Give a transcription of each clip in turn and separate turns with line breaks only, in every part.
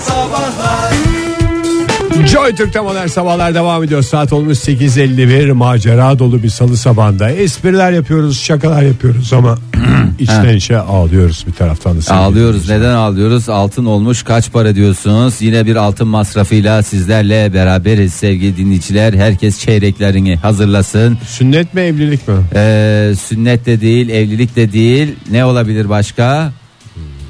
Sabahlar
Joy Türk'te modern sabahlar devam ediyor. Saat olmuş 8.51 macera dolu bir salı sabahında. Espriler yapıyoruz, şakalar yapıyoruz ama içten içe ağlıyoruz bir taraftan da. sevgili
Ağlıyoruz. Neden ağlıyoruz? Altın olmuş kaç para diyorsunuz? Yine bir altın masrafıyla sizlerle beraberiz sevgili dinleyiciler. Herkes çeyreklerini hazırlasın.
Sünnet mi evlilik mi?
Ee, sünnet de değil, evlilik de değil. Ne olabilir başka?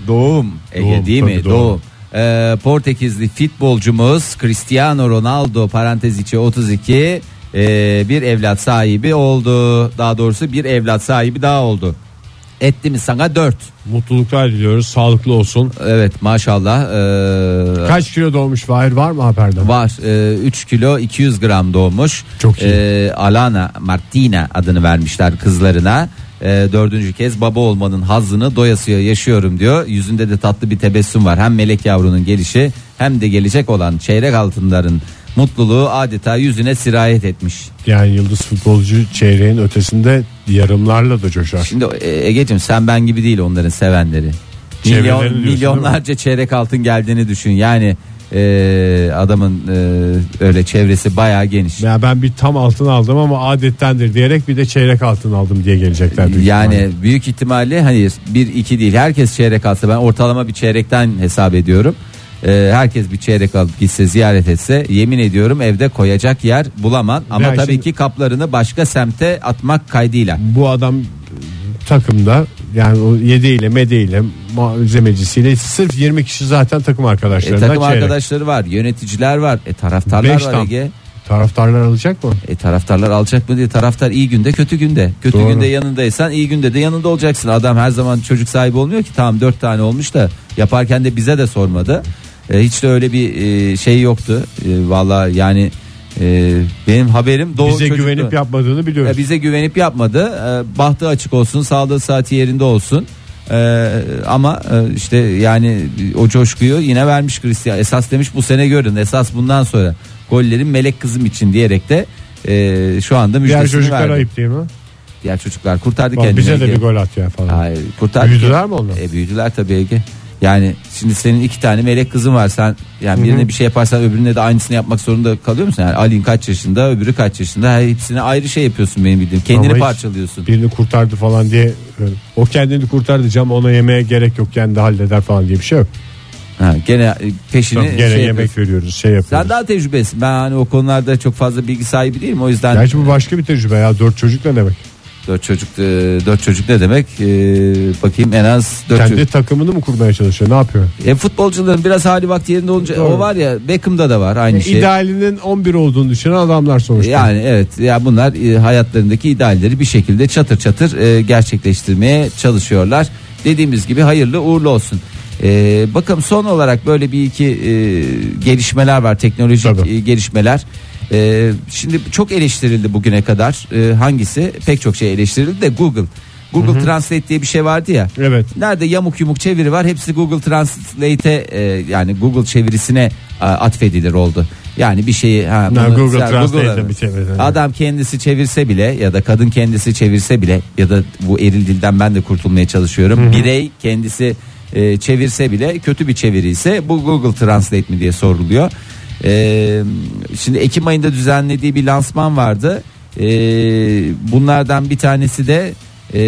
Doğum. Ege
Doğum,
değil mi?
tabii,
Doğum.
doğum.
Ee, Portekizli futbolcumuz Cristiano Ronaldo parantez içi 32 ee, bir evlat sahibi oldu. Daha doğrusu bir evlat sahibi daha oldu. Etti mi sana 4.
Mutluluklar diliyoruz, sağlıklı olsun.
Evet maşallah. Ee,
Kaç kilo doğmuş Fahir var mı haberde?
Var Ee, 3 kilo 200 gram doğmuş.
Çok iyi.
Ee, Alana Martina adını vermişler kızlarına. Ee, dördüncü kez baba olmanın hazzını doyasıya yaşıyorum diyor. Yüzünde de tatlı bir tebessüm var. Hem melek yavrunun gelişi hem de gelecek olan çeyrek altınların mutluluğu adeta yüzüne sirayet etmiş.
Yani yıldız futbolcu çeyreğin ötesinde yarımlarla da coşar.
Şimdi e, Ege'cim sen ben gibi değil onların sevenleri. Milyon-
Çevrelerini diyorsun, değil mi?
milyonlarca çeyrek altın geldiğini düşün. Yani e, adamın e, öyle çevresi bayağı geniş.
Ya ben bir tam altın aldım ama adettendir diyerek bir de çeyrek altın aldım diye gelecekler. büyük
Yani
ihtimalle.
büyük ihtimalle hani bir iki değil herkes çeyrek alsa ben ortalama bir çeyrekten hesap ediyorum. Ee, herkes bir çeyrek alıp gitse ziyaret etse yemin ediyorum evde koyacak yer bulamam ama
Ya
tabii
şimdi-
ki kaplarını başka semte atmak kaydıyla.
bu adam e, takımda yani o yediyle medeyle malzemecisiyle sırf 20 kişi zaten takım
E,
arkadaşlarından
takım
çeyrek.
arkadaşları var, yöneticiler var, e, taraftarlar
Beş
var
tam.
Ege.
Taraftarlar alacak mı?
E, taraftarlar alacak mı diye taraftar iyi günde kötü günde. Kötü
Doğru.
günde yanındaysan iyi günde de yanında olacaksın. Adam her zaman çocuk sahibi olmuyor ki tamam dört tane olmuş da yaparken de bize de sormadı. E, hiç de öyle bir e, şey yoktu. E, Valla yani e, benim haberim doğu
Bize
çocuktu.
güvenip yapmadığını biliyoruz.
E, bize güvenip yapmadı. E, bahtı açık olsun sağlığı saati yerinde olsun. E, ama e, işte yani o coşkuyu yine vermiş Cristiano. Esas demiş bu sene görün esas bundan sonra gollerin melek kızım için diyerek de e, şu anda
Diğer
müjdesini
çocuklar
verdi.
ayıp değil mi?
Diğer çocuklar kurtardı
Bak,
kendini.
bize de
Ege.
bir gol at ya falan.
Hayır, kurtardı
Büyüdüler
kendini.
mi onlar?
E, büyüdüler tabii Ege. Yani şimdi senin iki tane melek kızın var. Sen yani birine bir şey yaparsan öbürüne de aynısını yapmak zorunda kalıyor musun? Yani Ali'nin kaç yaşında, öbürü kaç yaşında. Her hepsine ayrı şey yapıyorsun benim bildiğim. Kendini
Ama hiç
parçalıyorsun.
Birini kurtardı falan diye e, o kendini kurtardı cam ona yemeğe gerek yok kendi halleder falan diye bir şey yok.
Ha, gene e, peşini
Tamam,
şey
gene yemek
yapıyorsun.
veriyoruz şey
Sen
yapıyoruz.
daha tecrübesin. Ben hani o konularda çok fazla bilgi sahibi değilim. O yüzden
Gerçi bu başka bir tecrübe ya dört çocuk ne demek?
dört çocuk e, dört çocuk ne demek? E, bakayım en az dört
Kendi
çocuk.
takımını mı kurmaya çalışıyor ne yapıyor?
E, futbolcuların biraz hali vakti yerinde olunca
Doğru. E,
o var ya Beckham'da da var aynı şey.
İdealinin 11 olduğunu düşünen adamlar sonuçta.
Yani evet ya bunlar e, hayatlarındaki idealleri bir şekilde çatır çatır e, gerçekleştirmeye çalışıyorlar. Dediğimiz gibi hayırlı uğurlu olsun. E, bakalım son olarak böyle bir iki e, gelişmeler var teknolojik
Tabii.
e, gelişmeler. E, şimdi çok eleştirildi bugüne kadar E, hangisi pek çok şey eleştirildi de Google. Google Translate diye bir şey vardı ya.
Evet.
Nerede yamuk yumuk çeviri var hepsi Google Translate'e e, yani Google çevirisine e, atfedilir oldu. Yani bir şeyi ha,
Ne,
bunu-
Google
sen
Translate'le
Google'a-
bir çevirdin.
Adam kendisi çevirse bile ya da kadın kendisi çevirse bile ya da bu eril dilden ben de kurtulmaya çalışıyorum. Birey kendisi e, çevirse bile kötü bir çeviri ise bu Google Translate mi diye soruluyor. E, şimdi Ekim ayında düzenlediği bir lansman vardı. E, bunlardan bir tanesi de e,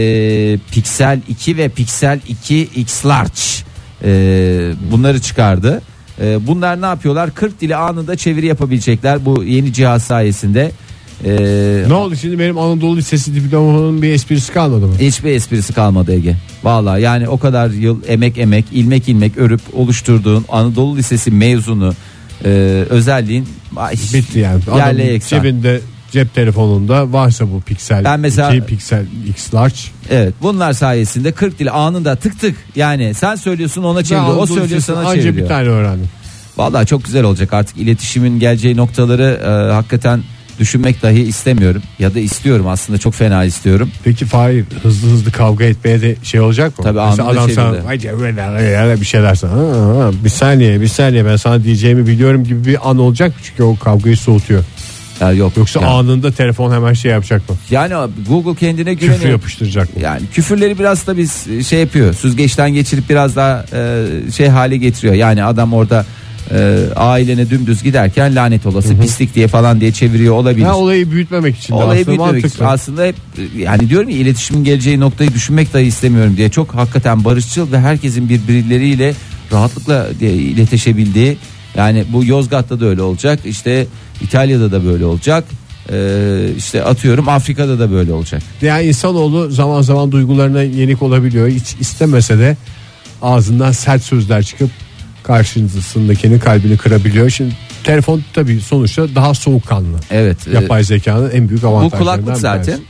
Pixel 2 ve Pixel 2 X Large e, bunları çıkardı. E, bunlar ne yapıyorlar? 40 dili anında çeviri yapabilecekler bu yeni cihaz sayesinde. E,
Ne oldu şimdi benim Anadolu Lisesi diplomamın bir esprisi kalmadı mı?
hiçbir esprisi kalmadı Ege. Valla yani o kadar yıl emek emek, ilmek ilmek örüp oluşturduğun Anadolu Lisesi mezunu e, özelliğin ay,
Bitti yani.
yerle
Adamın
eksen.
cebinde cep telefonunda varsa bu piksel
Ben mesela-
2, piksel X large.
Evet bunlar sayesinde 40 dili anında tık tık yani sen söylüyorsun ona
Ben
çeviriyor o
Anadolu
söylüyor
Lisesi'ni
sana şey
anca
çeviriyor.
bir tane öğrendim.
Vallahi çok güzel olacak artık iletişimin geleceği noktaları e, hakikaten düşünmek dahi istemiyorum ya da istiyorum aslında çok fena istiyorum.
Peki Fahir hızlı hızlı kavga etmeye de şey olacak mı?
Tabii
Mesela
anında
adam
çevirdi.
sana "Ay ce- böyle- böyle" bir şeyler sana. "Ha, ha, bir saniye bir saniye ben sana diyeceğimi biliyorum gibi bir an olacak mı? Çünkü o kavgayı soğutuyor.
Ya yok
Yoksa
yani,
anında telefon hemen şey yapacak mı?
yani Google kendine
Küfür
güveniyor.
yapıştıracak mı?
Yani küfürleri biraz da e, biz şey yapıyor. Süzgeçten geçirip biraz daha e, şey hale getiriyor. Yani adam orada e, ailene dümdüz giderken lanet olası pislik diye falan diye çeviriyor olabilir.
Ha, olayı büyütmemek için de
Olayı
aslında
büyütmemek için
mantıklı.
aslında hep e, yani diyorum ya iletişimin geleceği noktayı düşünmek dahi istemiyorum diye çok hakikaten barışçıl ve herkesin birbirleriyle rahatlıkla diye iletişebildiği yani bu Yozgat'ta da öyle olacak işte İtalya'da da böyle olacak Ee, işte atıyorum Afrika'da da böyle olacak.
Yani insanoğlu zaman zaman duygularına yenik olabiliyor. Hiç istemese de ağzından sert sözler çıkıp karşısındakinin kalbini kırabiliyor. Şimdi telefon tabii sonuçta daha soğukkanlı.
Evet. e,
Yapay zekanın en büyük
Bu
avantajlarından
kulaklık
bir
zaten.
tanesi.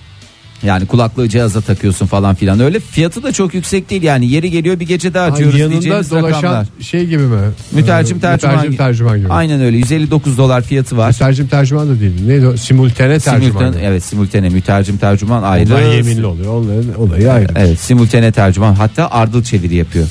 Yani kulaklığı cihaza takıyorsun falan filan öyle. Fiyatı da çok yüksek değil yani yeri geliyor bir gece daha
Ha,
atıyoruz
yanında
diyeceğimiz
dolaşan
rakamlar.
şey gibi mi?
Mütercim
Ee,
tercüman,
mütercim tercüman gibi.
Aynen öyle 159 dolar fiyatı var.
Mütercim tercüman da değil. Neydi o? Simultane tercüman.
Simultane, evet simultane mütercim tercüman ayrı.
Onlar yeminli oluyor. Onların olayı ayrı.
Evet simultane tercüman hatta ardıl çeviri yapıyor.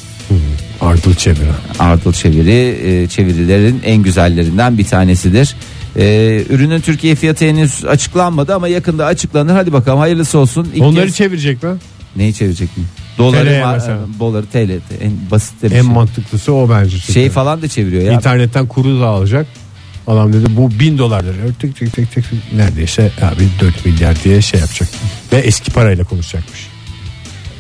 Ardıl çeviren.
Ardıl çeviri e, çevirilerin en güzellerinden bir tanesidir. E, ürünün Türkiye fiyatı henüz açıklanmadı ama yakında açıklanır. Hadi bakalım hayırlısı olsun. İlk
Onları
kez-
çevirecek mi?
neyi çevirecek mi? Doları,
TL'ye
ma-
mesela.
doları TL en basit de bir
En
şey.
mantıklısı o bence. çünkü.
şey falan da çeviriyor ya.
İnternetten kuru da alacak. Adam dedi bu bin dolardır. Tık tık tık tık tık. neredeyse abi 4 milyar diye şey yapacak. Ve eski parayla konuşacakmış.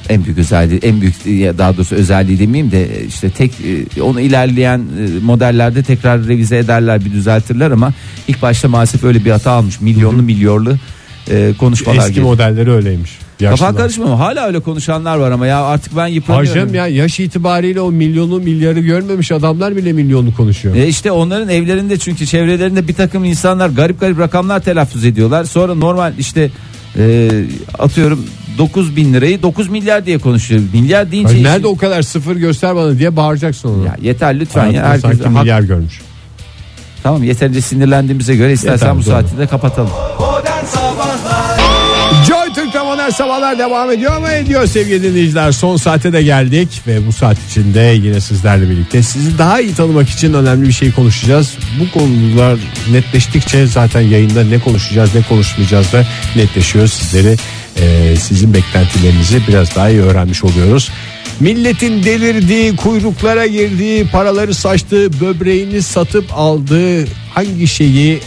En büyük özelliği, en büyük ya daha doğrusu özelliği demeyeyim de işte tek e, onu ilerleyen e, modellerde tekrar revize ederler, bir düzeltirler ama ilk başta maalesef öyle bir hata almış. Milyonlu milyarlı e, konuşmalar
eski
geliyor.
modelleri öyleymiş.
Kafa karışma mı? Hala öyle konuşanlar var ama ya artık ben yıpranıyorum.
Hacım ya yaş itibariyle o milyonu milyarı görmemiş adamlar bile milyonlu konuşuyor.
E işte onların evlerinde çünkü çevrelerinde bir takım insanlar garip garip rakamlar telaffuz ediyorlar. Sonra normal işte e, atıyorum 9 bin lirayı 9 milyar diye konuşuyor. Milyar deyince...
Hani
işin-
nerede o kadar sıfır göster bana diye bağıracaksın ona.
Ya yeter lütfen
Hayatında
ya. Herkes
sanki
hak-
milyar görmüş.
Tamam yeterince sinirlendiğimize göre istersen
Yeter,
bu
doğru.
saati de kapatalım.
Joy Türk'te modern sabahlar devam ediyor ama ediyor sevgili dinleyiciler. Son saate de geldik ve bu saat içinde yine sizlerle birlikte sizi daha iyi tanımak için önemli bir şey konuşacağız. Bu konular netleştikçe zaten yayında ne konuşacağız ne konuşmayacağız da netleşiyor. Sizleri e, sizin beklentilerinizi biraz daha iyi öğrenmiş oluyoruz. Milletin delirdiği, kuyruklara girdiği, paraları saçtığı, böbreğini satıp aldığı hangi şeyi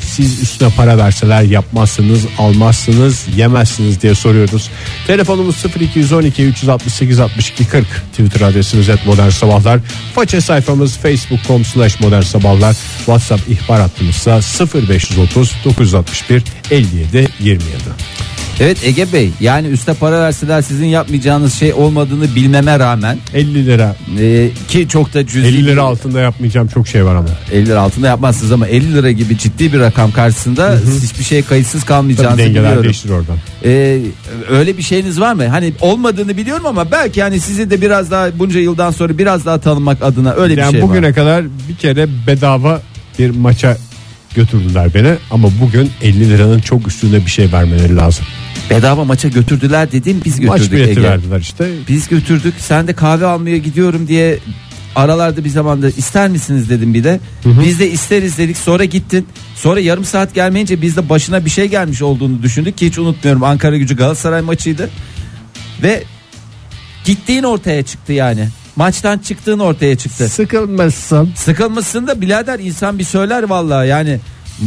siz üstüne para verseler yapmazsınız, almazsınız, yemezsiniz diye soruyoruz. Telefonumuz 0212 368 62 40. Twitter adresimiz et modern sabahlar. Faça sayfamız facebook.com slash modern sabahlar. Whatsapp ihbar hattımızsa 0530 961 57 27.
Evet Ege Bey yani üste para verseler sizin yapmayacağınız şey olmadığını bilmeme rağmen
50 lira.
e, ki çok da cüzi
50 lira altında yapmayacağım çok şey var ama.
50 lira altında yapmazsınız ama 50 lira gibi ciddi bir rakam karşısında hiçbir şey kayıtsız kalmayacağınızı
Tabii dengeler
biliyorum.
değiştir oradan.
Ee, öyle bir şeyiniz var mı? Hani olmadığını biliyorum ama belki hani sizi de biraz daha bunca yıldan sonra biraz daha tanımak adına öyle bir
Yani
şey
bugüne
var.
kadar bir kere bedava bir maça götürdüler beni ama bugün 50 liranın çok üstünde bir şey vermeleri lazım.
Bedava maça götürdüler dedim biz
Maç
götürdük
bileti
Ege.
verdiler işte.
Biz götürdük. Sen de kahve almaya gidiyorum diye aralarda bir zamanda ister misiniz dedim bir de. Biz de isteriz dedik. Sonra gittin. Sonra yarım saat gelmeyince biz de başına bir şey gelmiş olduğunu düşündük ki hiç unutmuyorum. Ankara Gücü Galatasaray maçıydı. Ve gittiğin ortaya çıktı yani. Maçtan çıktığın ortaya çıktı.
Sıkılmazsın.
Sıkılmışsın da birader insan bir söyler vallahi yani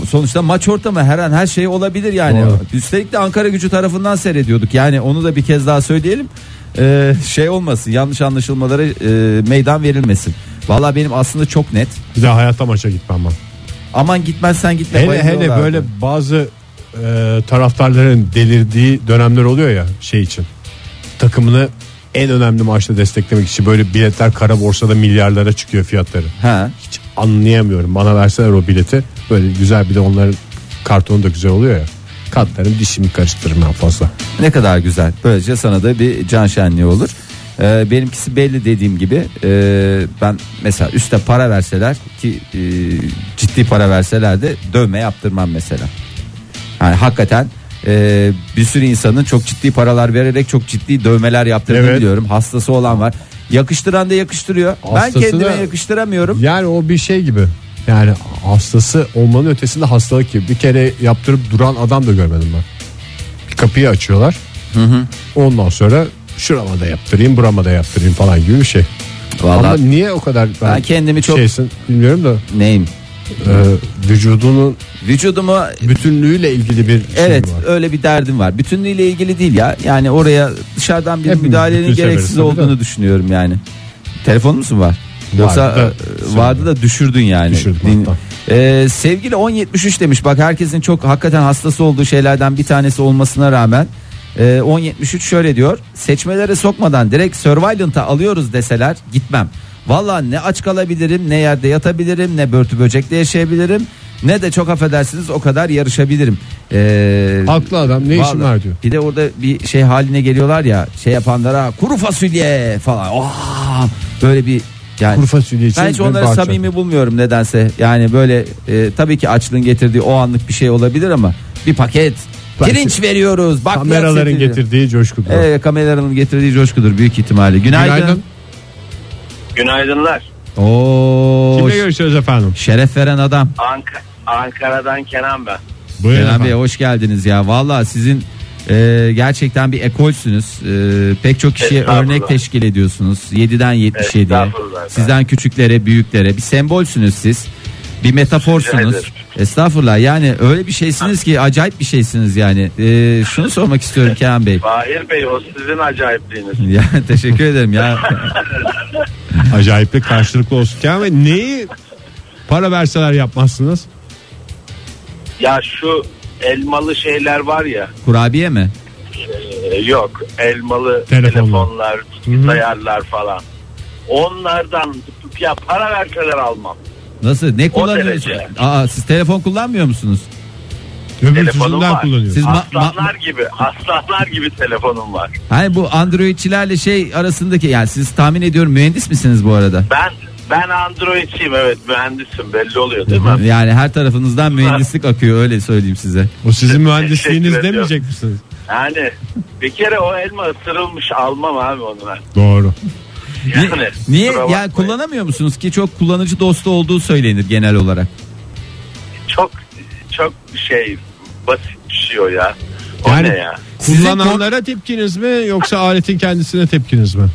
sonuçta maç ortamı her an her şey olabilir yani.
Doğru.
Üstelik de Ankara gücü tarafından seyrediyorduk yani onu da bir kez daha söyleyelim. Ee, şey olmasın yanlış anlaşılmalara e, meydan verilmesin. Vallahi benim aslında çok net.
Bir daha hayatta maça gitmem ben.
Aman gitmezsen gitme.
Hele
bayılıyorlar.
hele böyle bazı e, taraftarların delirdiği dönemler oluyor ya şey için. Takımını en önemli maçta desteklemek için böyle biletler kara borsada milyarlara çıkıyor fiyatları.
Ha.
Hiç anlayamıyorum. Bana verseler o bileti böyle güzel bir de onların kartonu da güzel oluyor ya. Katlarım dişimi karıştırırım en fazla.
Ne kadar güzel. Böylece sana da bir can şenliği olur. Ee, benimkisi belli dediğim gibi. Ee, ben mesela üste para verseler ki e, ciddi para verseler de dövme yaptırmam mesela. Yani hakikaten e, bir sürü insanın çok ciddi paralar vererek çok ciddi dövmeler yaptırdığını
Evet.
biliyorum. Hastası olan var. Yakıştıran da yakıştırıyor.
Hastası
ben kendime
da-
yakıştıramıyorum.
Yani o bir şey gibi. Yani hastası olmanın ötesinde hastalık gibi. Bir kere yaptırıp duran adam da görmedim ben. Bir kapıyı açıyorlar. Ondan sonra şurama da yaptırayım burama da yaptırayım falan gibi bir şey.
Vallahi
Ama niye o kadar ben,
Ben kendimi çok-
şeysin bilmiyorum da
neyim?
e, vücudunun
Vücudumu
bütünlüğüyle ilgili bir şey
evet
var.
öyle bir derdim var. Bütünlüğüyle ilgili değil ya. Yani oraya dışarıdan bir
Hepimiz
müdahalenin
bütün severiz
gereksiz
tabii
olduğunu
de.
düşünüyorum yani. Telefonumuz mu var? Yoksa
Vardı da,
e, vardı da düşürdün yani.
Düşürdüm hatta.
E, sevgili 1073 demiş bak herkesin çok hakikaten hastası olduğu şeylerden bir tanesi olmasına rağmen e, 1073 şöyle diyor. Seçmelere sokmadan direkt Survivalent'a alıyoruz deseler gitmem. Valla ne aç kalabilirim ne yerde yatabilirim ne börtü böcekle yaşayabilirim ne de çok affedersiniz o kadar yarışabilirim. E,
Haklı adam ne işin
Vallahi.
var diyor.
Bir de orada bir şey haline geliyorlar ya şey yapanlara kuru fasulye falan. Oha! böyle bir yani
Kuru fasulye için
ben hiç
bir
onları
bahçe.
samimi bulmuyorum nedense. Yani böyle e, tabii ki açlığın getirdiği o anlık bir şey olabilir ama bir paket
Belki.
pirinç veriyoruz. Bak
Kameraların getirdiği coşkudur.
Evet kameraların getirdiği coşkudur büyük ihtimalle. Günaydın.
Günaydın.
Günaydınlar.
Oo,
Kimle görüşüyoruz efendim?
şeref veren adam.
Ank- Ankara'dan Kenan ben.
Buyurun
Kenan Bey
efendim.
hoş geldiniz ya. Valla sizin e, gerçekten bir ekolsünüz. E, pek çok kişiye
Estağfurullah.
örnek teşkil ediyorsunuz. 7'den 77'ye.
Estağfurullah efendim.
Sizden küçüklere, büyüklere bir sembolsünüz siz. Bir
Rica
metaforsunuz.
ederim.
Estağfurullah yani öyle bir şeysiniz ki acayip bir şeysiniz yani. E, şunu sormak istiyorum Kenan Bey.
Fahir Bey o sizin acayipliğiniz.
Ya teşekkür ederim ya.
Acayiplik karşılıklı olsun. Kenan Bey neyi para verseler yapmazsınız?
Ya şu elmalı şeyler var ya.
Kurabiye mi?
e, yok elmalı
Telefonlar.
telefonlar, bilgisayarlar falan. Onlardan ya para verseler almam.
Nasıl? Ne kullanıyorsunuz?
derece.
Aa siz telefon kullanmıyor musunuz?
Öbür
Telefonum
ucundan
var.
kullanıyorsunuz.
Siz ma- ma-
Aslanlar gibi, aslanlar gibi telefonum var.
Hani bu Androidçilerle şey arasındaki yani siz tahmin ediyorum mühendis misiniz bu arada?
Ben ben Android'çiyim evet mühendisim belli oluyor değil mi?
Yani her tarafınızdan mühendislik akıyor öyle söyleyeyim size.
O sizin mühendisliğiniz
Teşekkür
demeyecek misiniz?
Yani bir kere o elma ısırılmış almam abi ondan.
Doğru.
Yani,
Niye?
kusura
Yani
bakmayın.
kullanamıyor musunuz ki çok kullanıcı dostu olduğu söylenir genel olarak.
çok çok şey basit bir şey o ya. O
Yani-
ne ya?
Sizin
Kullananlara tepkiniz mi yoksa aletin kendisine tepkiniz mi?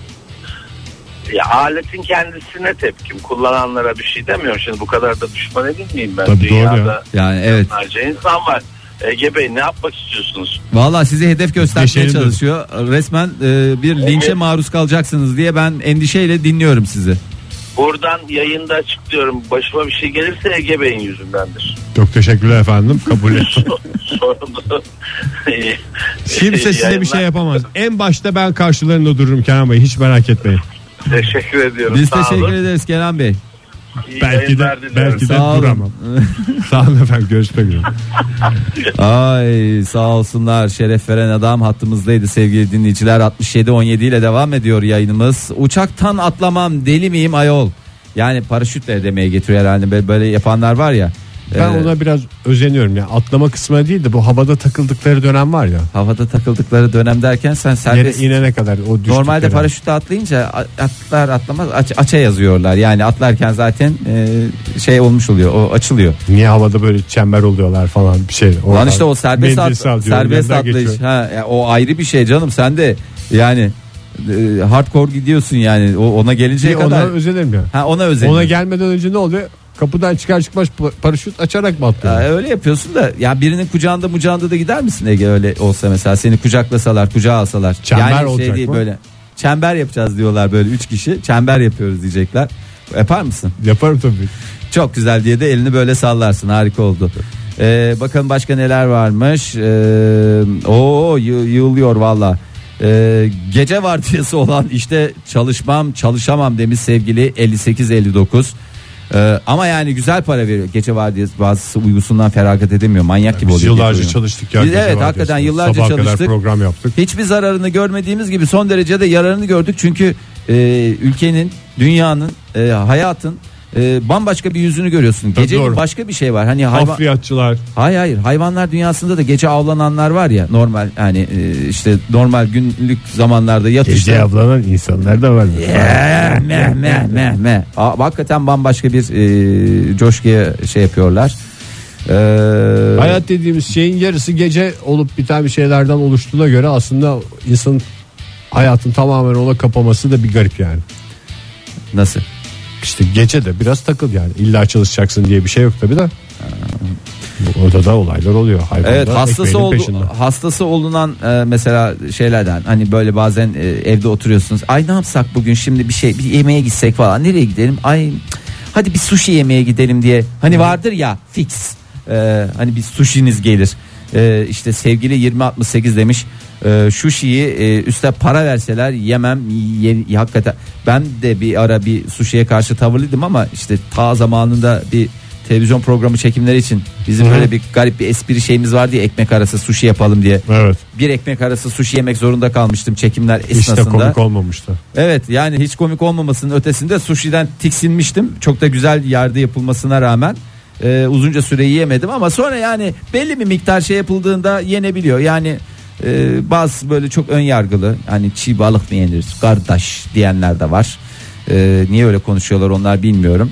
Ya aletin kendisine tepkim. Kullananlara bir şey demiyorum. Şimdi bu kadar da düşman edilmeyeyim ben.
Tabii doğru
Dünyada
ya.
Yani evet.
onlarca insan var. Ege Bey ne yapmak istiyorsunuz?
Vallahi sizi hedef göstermeye
Neşeli
çalışıyor. Resmen e, bir linçe maruz kalacaksınız diye ben endişeyle dinliyorum sizi.
Buradan yayında açıklıyorum. Başıma bir şey gelirse Ege Bey'in yüzündendir.
Çok teşekkürler efendim. Kabul et.
Sorumlu.
Kimse size bir
Yayınlar-
şey yapamaz. En başta ben karşılarında dururum Kenan Bey. Hiç merak etmeyin.
Teşekkür ediyorum.
Biz
Sağ olun.
teşekkür ederiz Kenan Bey.
İyi
Belki de,
yayınlar diliyorum.
belki de
Sağ olun.
duramam. Sağ olun efendim. Görüşmek üzere.
Ay sağ olsunlar şeref veren adam hattımızdaydı sevgili dinleyiciler 67 17 ile devam ediyor yayınımız. Uçaktan atlamam deli miyim ayol? Yani paraşütle demeye getiriyor herhalde böyle, böyle yapanlar var ya.
Ben
Ee,
ona biraz özeniyorum ya. Atlama kısmına değil de bu havada takıldıkları dönem var ya.
havada takıldıkları dönem derken sen
Yere
serbest.
inene kadar o düştükleri.
Normalde paraşütle atlayınca a- atlar atlamaz aç, aça yazıyorlar. Yani atlarken zaten e, şey olmuş oluyor. O açılıyor.
Niye havada böyle çember oluyorlar falan bir şey.
Lan
Oradan
işte o serbest
mendil
at,
sallıyor,
serbest
yandan
atlayış. Şey
geçiyor.
Ha, ya o ayrı bir şey canım. Sen de yani e, hardcore gidiyorsun yani. O ona gelinceye
Bir
kadar.
Ona özenirim ya.
ha ona özel.
Ona gelmeden önce ne oluyor? Kapıdan çıkar çıkmaz pa- paraşüt açarak mı atlıyor?
öyle yapıyorsun da ya birinin kucağında mucağında da gider misin Ege öyle olsa mesela seni kucaklasalar kucağa alsalar.
Çember
yani şey
olacak mı?
böyle. Çember yapacağız diyorlar böyle üç kişi. Çember yapıyoruz diyecekler. Yapar mısın?
Yaparım tabii.
Çok güzel diye de elini böyle sallarsın harika oldu. Ee, bakalım başka neler varmış. Ee, o yığılıyor valla. Ee, gece vardiyası olan işte çalışmam çalışamam demiş sevgili 58-59. Ee, ama yani güzel para veriyor. Gece vardiyası bazısı uykusundan feragat edemiyor. Manyak gibi
Biz
oluyor. gece
yıllarca
uyuyor.
çalıştık ya.
Biz,
gece
evet
var
hakikaten
diyorsunuz.
yıllarca
Sabaha kadar
çalıştık.
program yaptık.
Hiçbir zararını görmediğimiz gibi son derece de yararını gördük. Çünkü e, ülkenin, dünyanın, e, hayatın e, bambaşka bir yüzünü görüyorsun.
Tabii
Gece
doğru.
başka bir şey var. Hani hayvan
Hafriyatçılar.
Hayır hayır. Hayvanlar dünyasında da gece avlananlar var ya. Normal yani e, işte normal günlük zamanlarda yatışta.
avlanan insanlar da var.
Eh, meh meh meh meh. Aa, hakikaten bambaşka bir e, coşkuya şey yapıyorlar. Ee,
Hayat dediğimiz şeyin yarısı gece olup biten bir şeylerden oluştuğuna göre aslında insanın hayatın tamamen ona kapaması da bir garip yani.
Nasıl?
İşte gece de biraz takıl yani. İlla çalışacaksın diye bir şey yok tabii de. Bu odada olaylar oluyor. Hayvanlar
Evet hastası
ekmeğinin
oldu,
peşinde.
hastası olunan e, mesela şeylerden hani böyle bazen e, evde oturuyorsunuz. Ay ne yapsak bugün şimdi bir şey bir yemeğe gitsek falan. Nereye gidelim? Ay cık, hadi bir sushi yemeye gidelim diye. Hani vardır ya fix. E, hani bir sushiniz gelir. E, işte sevgili 2068 demiş. E, sushi'yi e, üste para verseler yemem ye- hakikaten. Ben de bir ara bir sushi'ye karşı tavırlıydım ama işte ta zamanında bir televizyon programı çekimleri için bizim böyle bir garip bir espri şeyimiz vardı ya ekmek arası sushi yapalım diye.
Evet.
Bir ekmek arası sushi yemek zorunda kalmıştım çekimler
Hiç de
esnasında.
komik olmamıştı.
Evet yani hiç komik olmamasının ötesinde sushi'den tiksinmiştim. Çok da güzel yerde yapılmasına rağmen e, uzunca süre yiyemedim ama sonra yani belli bir miktar şey yapıldığında yenebiliyor. Yani e, bazı böyle çok ön yargılı hani çiğ balık mı yenir kardeş diyenler de var. E, niye öyle konuşuyorlar onlar bilmiyorum.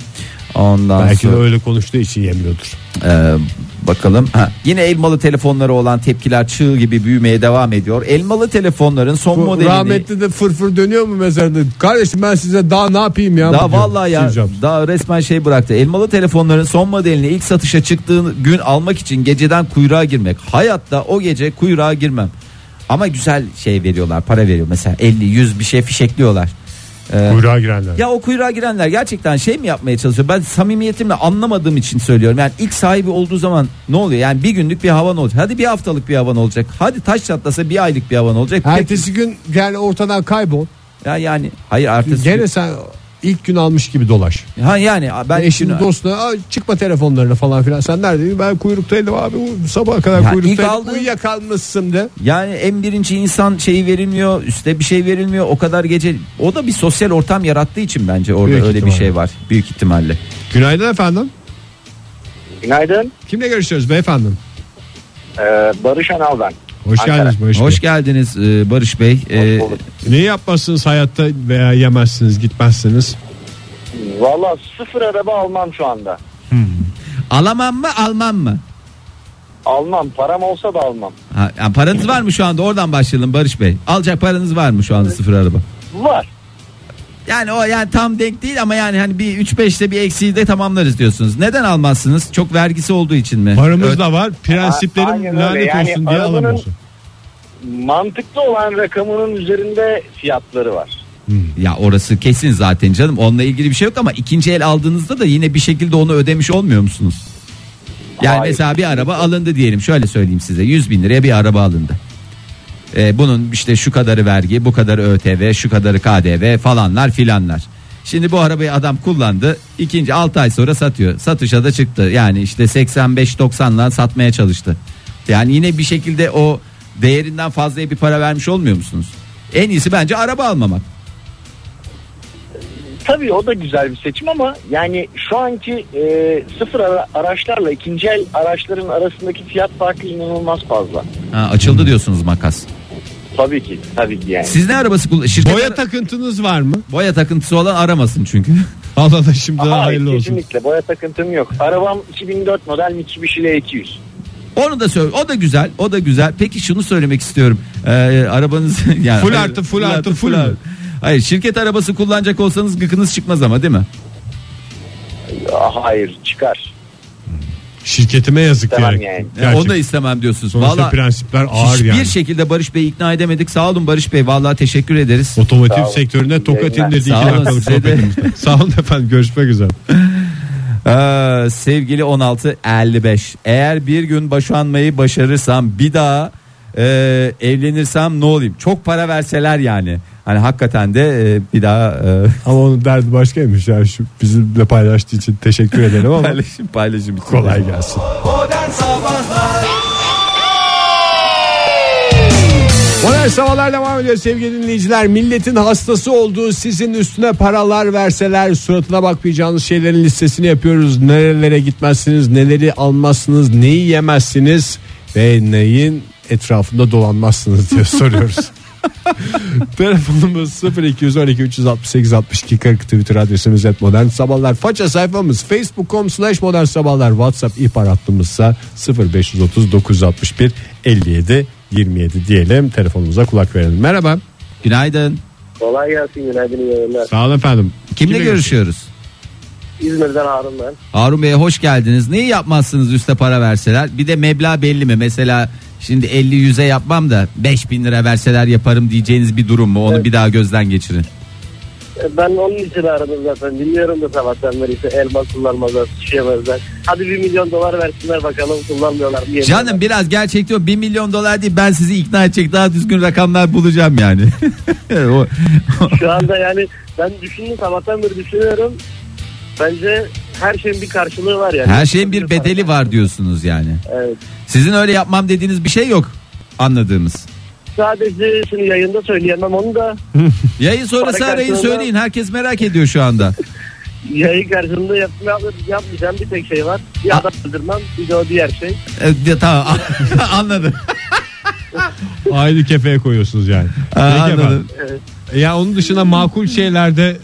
Ondan
Belki
sonra...
de öyle konuştuğu için yemiyordur.
Ee, bakalım. Ha, yine elmalı telefonları olan tepkiler çığ gibi büyümeye devam ediyor. Elmalı telefonların son
Bu
modelini
rahmetli de fırfır dönüyor mu mezarında? Kardeşim ben size daha ne yapayım ya?
daha
mı diyor
vallahi ya
Steve Jobs.
daha resmen şey bıraktı. Elmalı telefonların son modelini ilk satışa çıktığı gün almak için geceden kuyruğa girmek. Hayatta o gece kuyruğa girmem. Ama güzel şey veriyorlar, para veriyor mesela 50 100 bir şey fişekliyorlar. Ee,
Kuyruğa girenler.
Ya o kuyruğa girenler gerçekten şey mi yapmaya çalışıyor? Ben samimiyetimle anlamadığım için söylüyorum. Yani ilk sahibi olduğu zaman ne oluyor? Yani bir günlük bir havan olacak. Hadi bir haftalık bir havan olacak. Hadi taş çatlasa bir aylık bir havan olacak.
Ertesi gün yani ortadan kaybol.
Ya yani hayır ertesi
Gene sen ilk gün almış gibi dolaş.
gün- Ha yani ben
Eşini
şunu-
dostuna "Aa, çıkma telefonlarına falan filan. Sen neredeydin? Ben kuyruktaydım abi. Bu Sabaha kadar
Ya ilk
kuyruktaydım.
aldığın-
Uyuyakalmışsın de.
Yani en birinci insan şeyi verilmiyor, üste bir şey verilmiyor. O kadar gece o da bir sosyal ortam yarattığı için bence orada
Büyük
öyle bir
ihtimalle.
şey var büyük ihtimalle.
Günaydın efendim.
Günaydın.
Kimle görüşüyoruz beyefendi?
Ee, Barış Anal ben.
Hoş
Ankara.
geldiniz Barış Bey.
Hoş geldiniz e, Barış Bey. E,
bulduk.
Ne yapmazsınız hayatta veya yemezsiniz gitmezsiniz?
Valla sıfır araba almam şu anda.
alamam mı, almam mı?
Almam. Param olsa da almam.
Ha, yani paranız var mı şu anda? Oradan başlayalım Barış Bey. Alacak paranız var mı şu anda sıfır araba?
Var.
Yani o yani tam denk değil ama yani hani bir 3 5'te bir eksiği de tamamlarız diyorsunuz. Neden almazsınız? Çok vergisi olduğu için mi?
Paramız da var.
A-
Prensiplerim
aynen öyle.
lanet
Yani
olsun diye
arabanın-
alamıyorsun.
Mantıklı olan rakamının üzerinde fiyatları var.
Ya orası kesin zaten canım. Onunla ilgili bir şey yok ama ikinci el aldığınızda da yine bir şekilde onu ödemiş olmuyor musunuz? Yani
Hayır.
mesela bir araba alındı diyelim. Şöyle söyleyeyim size. 100 bin liraya bir araba alındı. Ee, bunun işte şu kadarı vergi, bu kadarı ÖTV, şu kadarı KDV falanlar filanlar. Şimdi bu arabayı adam kullandı. ikinci 6 ay sonra satıyor. Satışa da çıktı. Yani işte 85-90'la satmaya çalıştı. Yani yine bir şekilde o değerinden fazlaya bir para vermiş olmuyor musunuz? En iyisi bence araba almamak.
Tabii o da güzel bir seçim ama yani şu anki e, sıfır ara- araçlarla ikinci el araçların arasındaki fiyat farkı inanılmaz fazla.
Ha, açıldı diyorsunuz makas.
Tabii ki. Tabii ki yani.
Siz ne arabası kullan? Şirket
Boya
ara-
takıntınız var mı?
boya takıntısı olan aramasın çünkü.
Allah da şimdi
Aha,
hayırlı olsun.
kesinlikle boya takıntım yok. Arabam 2004 model Mitsubishi L200.
Onu da söyle. O da güzel. O da güzel. Peki şunu söylemek istiyorum. Ee, arabanız yani
Full artı, full artı, full
artı.
mü?
Hayır, şirket arabası kullanacak olsanız gıkınız çıkmaz ama değil mi?
Aa, hayır çıkar.
Şirketime yazık
Tamam
diyerek.
yani.
Yani
Gerçekten.
Ee, onu da istemem diyorsunuz.
Sonuçta
Vallahi
prensipler ağır
hiçbir
yani.
şekilde Barış Bey ikna edemedik. Sağ olun Barış Bey. Vallahi teşekkür ederiz.
Otomotiv
Sağ olun.
sektörüne tokat
Yayınlar.
indirdi iki
Sağ olun
dakikalık
size de.
sohbetimizde. Sağ olun efendim görüşmek üzere.
Ee, sevgili 1655 eğer bir gün boşanmayı başarırsam bir daha e, evlenirsem ne olayım çok para verseler yani hani hakikaten de e, bir daha e,
Ama onun derdi başkaymış ya şu bizimle paylaştığı için teşekkür ederim ama
paylaşım paylaşım için.
kolay gelsin. Modern Sabahlar devam ediyor sevgili dinleyiciler. Milletin hastası olduğu sizin üstüne paralar verseler suratına bakmayacağınız şeylerin listesini yapıyoruz. Nerelere gitmezsiniz, neleri almazsınız, neyi yemezsiniz ve neyin etrafında dolanmazsınız diye soruyoruz. Telefonumuz 0212 368 62 40 Twitter adresimiz et modern sabahlar. Faça sayfamız facebook.com slash modern sabahlar. Whatsapp ihbar hattımızsa 0530 961 57 27 diyelim. Telefonumuza kulak verelim. Merhaba.
Günaydın.
Kolay gelsin günaydın iyi yayınlar.
Sağ olun efendim.
Kimle görüşüyoruz?
İzmir'den Harun ben.
Harun Bey'e hoş geldiniz. Neyi yapmazsınız üste para verseler? Bir de meblağ belli mi? Mesela şimdi 50-100'e yapmam da 5000 lira verseler yaparım diyeceğiniz bir durum mu? Onu bir daha gözden geçirin.
E, Ben onun için aradım zaten. Dinliyorum da sabahtan beri işte elma kullanmazlar, şişemezler. Hadi bir milyon dolar versinler bakalım kullanmıyorlar. mı?
Canım biraz gerçekçi ol. 1 milyon dolar değil ben sizi ikna edecek daha düzgün rakamlar bulacağım yani. O-
Şu anda yani ben düşündüm sabahtan beri düşünüyorum. Bence her şeyin bir karşılığı var yani.
Her şeyin bir bedeli var diyorsunuz yani.
Evet.
Sizin öyle yapmam dediğiniz bir şey yok anladığımız.
Sadece şimdi yayında söyleyemem onu da
Yayın sonrası
Para
arayın
karşılığında-
söyleyin herkes merak ediyor şu anda.
yayın karşılığında yapma, yapmayacağım bir tek şey var. Bir adam öldürmem bir de o diğer şey.
E, de- tamam anladım.
Aynı kefeye koyuyorsunuz yani.
Ha,
Peki efendim.
anladım.
Ya onun dışında makul şeylerde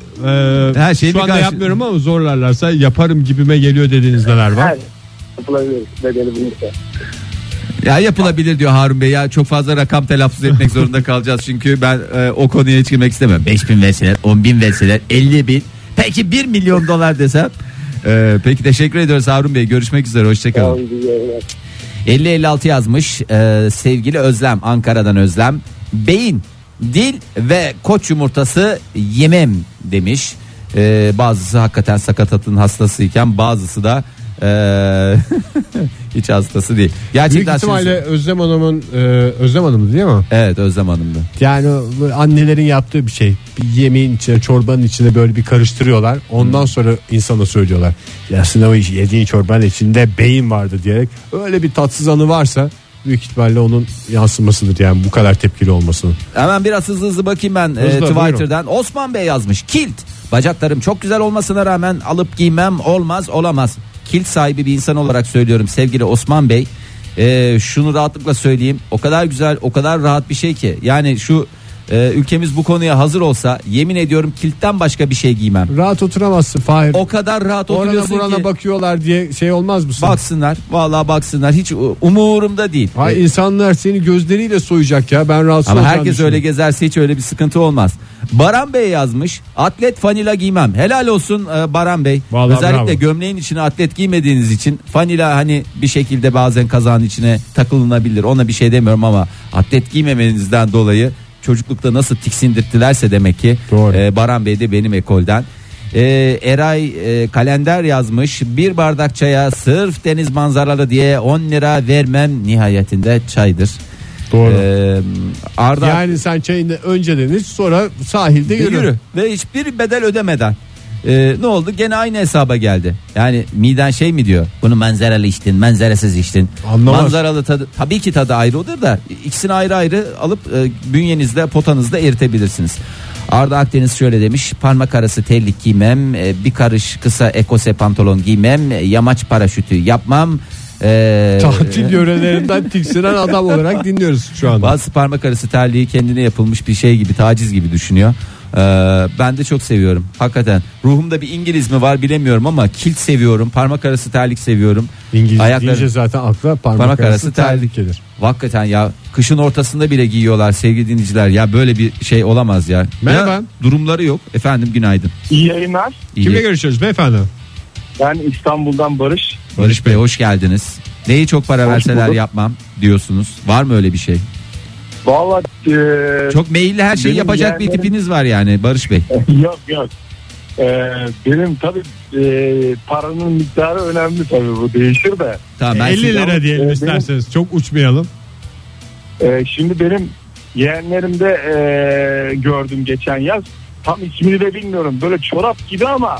e,
Her şeyin
şu
bir
anda
karşı-
yapmıyorum ama zorlarlarsa yaparım gibime geliyor dediğiniz neler var?
Her şey yapılabilir bedeli bulursa.
Ya yapılabilir diyor Harun Bey ya çok fazla rakam telaffuz etmek zorunda kalacağız çünkü ben e, o konuya hiç girmek istemem. 5 bin verseler 10 bin verseler 50 bin peki 1 milyon dolar desem. E, peki teşekkür ediyoruz Harun Bey görüşmek üzere hoşçakalın.
Tamam, bir yayınlar.
50-56 yazmış Ee, sevgili Özlem Ankara'dan Özlem beyin dil ve koç yumurtası yemem demiş Ee, bazısı hakikaten sakatatın hastasıyken bazısı da ee, hiç hastası değil
Büyük
gerçekten
ihtimalle
siz-
Özlem Hanım'ın e, Özlem Hanım'dı değil mi?
evet Özlem Hanım'da
Yani bu annelerin yaptığı bir şey. Bir yemeğin içine, çorbanın içine böyle bir karıştırıyorlar. Ondan sonra insana söylüyorlar. Ya aslında o yediğin çorbanın içinde beyin vardı diyerek. Öyle bir tatsız anı varsa büyük ihtimalle onun yansımasıdır yani bu kadar tepkili olmasının.
Hemen biraz hızlı hızlı bakayım ben e,
Hızlı,
Twitter'dan. Osman Bey yazmış. Kilt. Bacaklarım çok güzel olmasına rağmen alıp giymem olmaz olamaz. Kilt sahibi bir insan olarak söylüyorum sevgili Osman Bey. E, şunu rahatlıkla söyleyeyim. O kadar güzel o kadar rahat bir şey ki. Yani şu e, ülkemiz bu konuya hazır olsa yemin ediyorum kiltten başka bir şey giymem.
Rahat oturamazsın Fahir.
O kadar rahat
Orana
oturuyorsun
burana
ki.
bakıyorlar diye şey olmaz mısın?
Baksınlar vallahi baksınlar hiç umurumda değil.
Ay insanlar seni gözleriyle soyacak ya ben rahatsız
Ama
olacağını
herkes öyle
düşünüyorum.
gezerse hiç öyle bir sıkıntı olmaz. Baran Bey yazmış. Atlet fanila giymem. Helal olsun e, Baran Bey.
Vallahi
Özellikle
bravo.
gömleğin içine atlet giymediğiniz için fanila hani bir şekilde bazen kazağın içine takılınabilir. Ona bir şey demiyorum ama atlet giymemenizden dolayı çocuklukta nasıl tiksindirttilerse demek ki
Doğru.
e, Baran Bey de benim ekolden. E, Eray e, kalender yazmış bir bardak çaya sırf deniz manzaralı diye 10 lira vermem nihayetinde çaydır.
Doğru.
E, Arda
Yani sen çayını önce deniz sonra sahilde
ve
yürü.
yürü. Ve hiçbir bedel ödemeden. Ee, ne oldu? Gene aynı hesaba geldi. Yani miden şey mi diyor? Bunu manzaralı içtin, manzarasız içtin.
Anlamaz.
Manzaralı tadı, tabii ki tadı ayrı olur da ikisini ayrı ayrı alıp e, bünyenizde potanızda eritebilirsiniz. Arda Akdeniz şöyle demiş. Parmak arası terlik giymem, e, bir karış kısa ekose pantolon giymem, e, yamaç paraşütü yapmam. Ee,
Tatil yörelerinden tiksinen adam olarak dinliyoruz şu anda.
bazı parmak arası terliği kendine yapılmış bir şey gibi taciz gibi düşünüyor. Ee, ben de çok seviyorum hakikaten. Ruhumda bir İngiliz mi var bilemiyorum ama kilt seviyorum. Parmak arası terlik seviyorum.
İngilizce
Ayakları-
deyince zaten akla parmak,
Parmak
arası,
arası
terlik gelir.
Hakikaten ya kışın ortasında bile giyiyorlar sevgili dinleyiciler. Ya böyle bir şey olamaz ya.
Merhaba.
Ya durumları yok. Efendim günaydın.
İyi yayınlar.
İyi.
Kimle görüşüyoruz beyefendi?
Ben İstanbul'dan Barış.
Barış Bey hoş geldiniz. Neyi çok para
Hoş
verseler
bulduk.
yapmam diyorsunuz. Var mı öyle bir şey?
Vallahi e, eee,
Çok meyilli her şeyi
Benim
yapacak bir
yeğenlerim-
tipiniz var yani Barış Bey.
yok yok. Eee, benim tabii eee, paranın miktarı önemli tabii bu değişir de.
Tamam ben
50
sizi-
lira diyelim
Ee,
isterseniz. Çok uçmayalım.
Eee, Ee, şimdi benim yeğenlerimde eee gördüm geçen yaz. Tam ismini de bilmiyorum. Böyle çorap gibi ama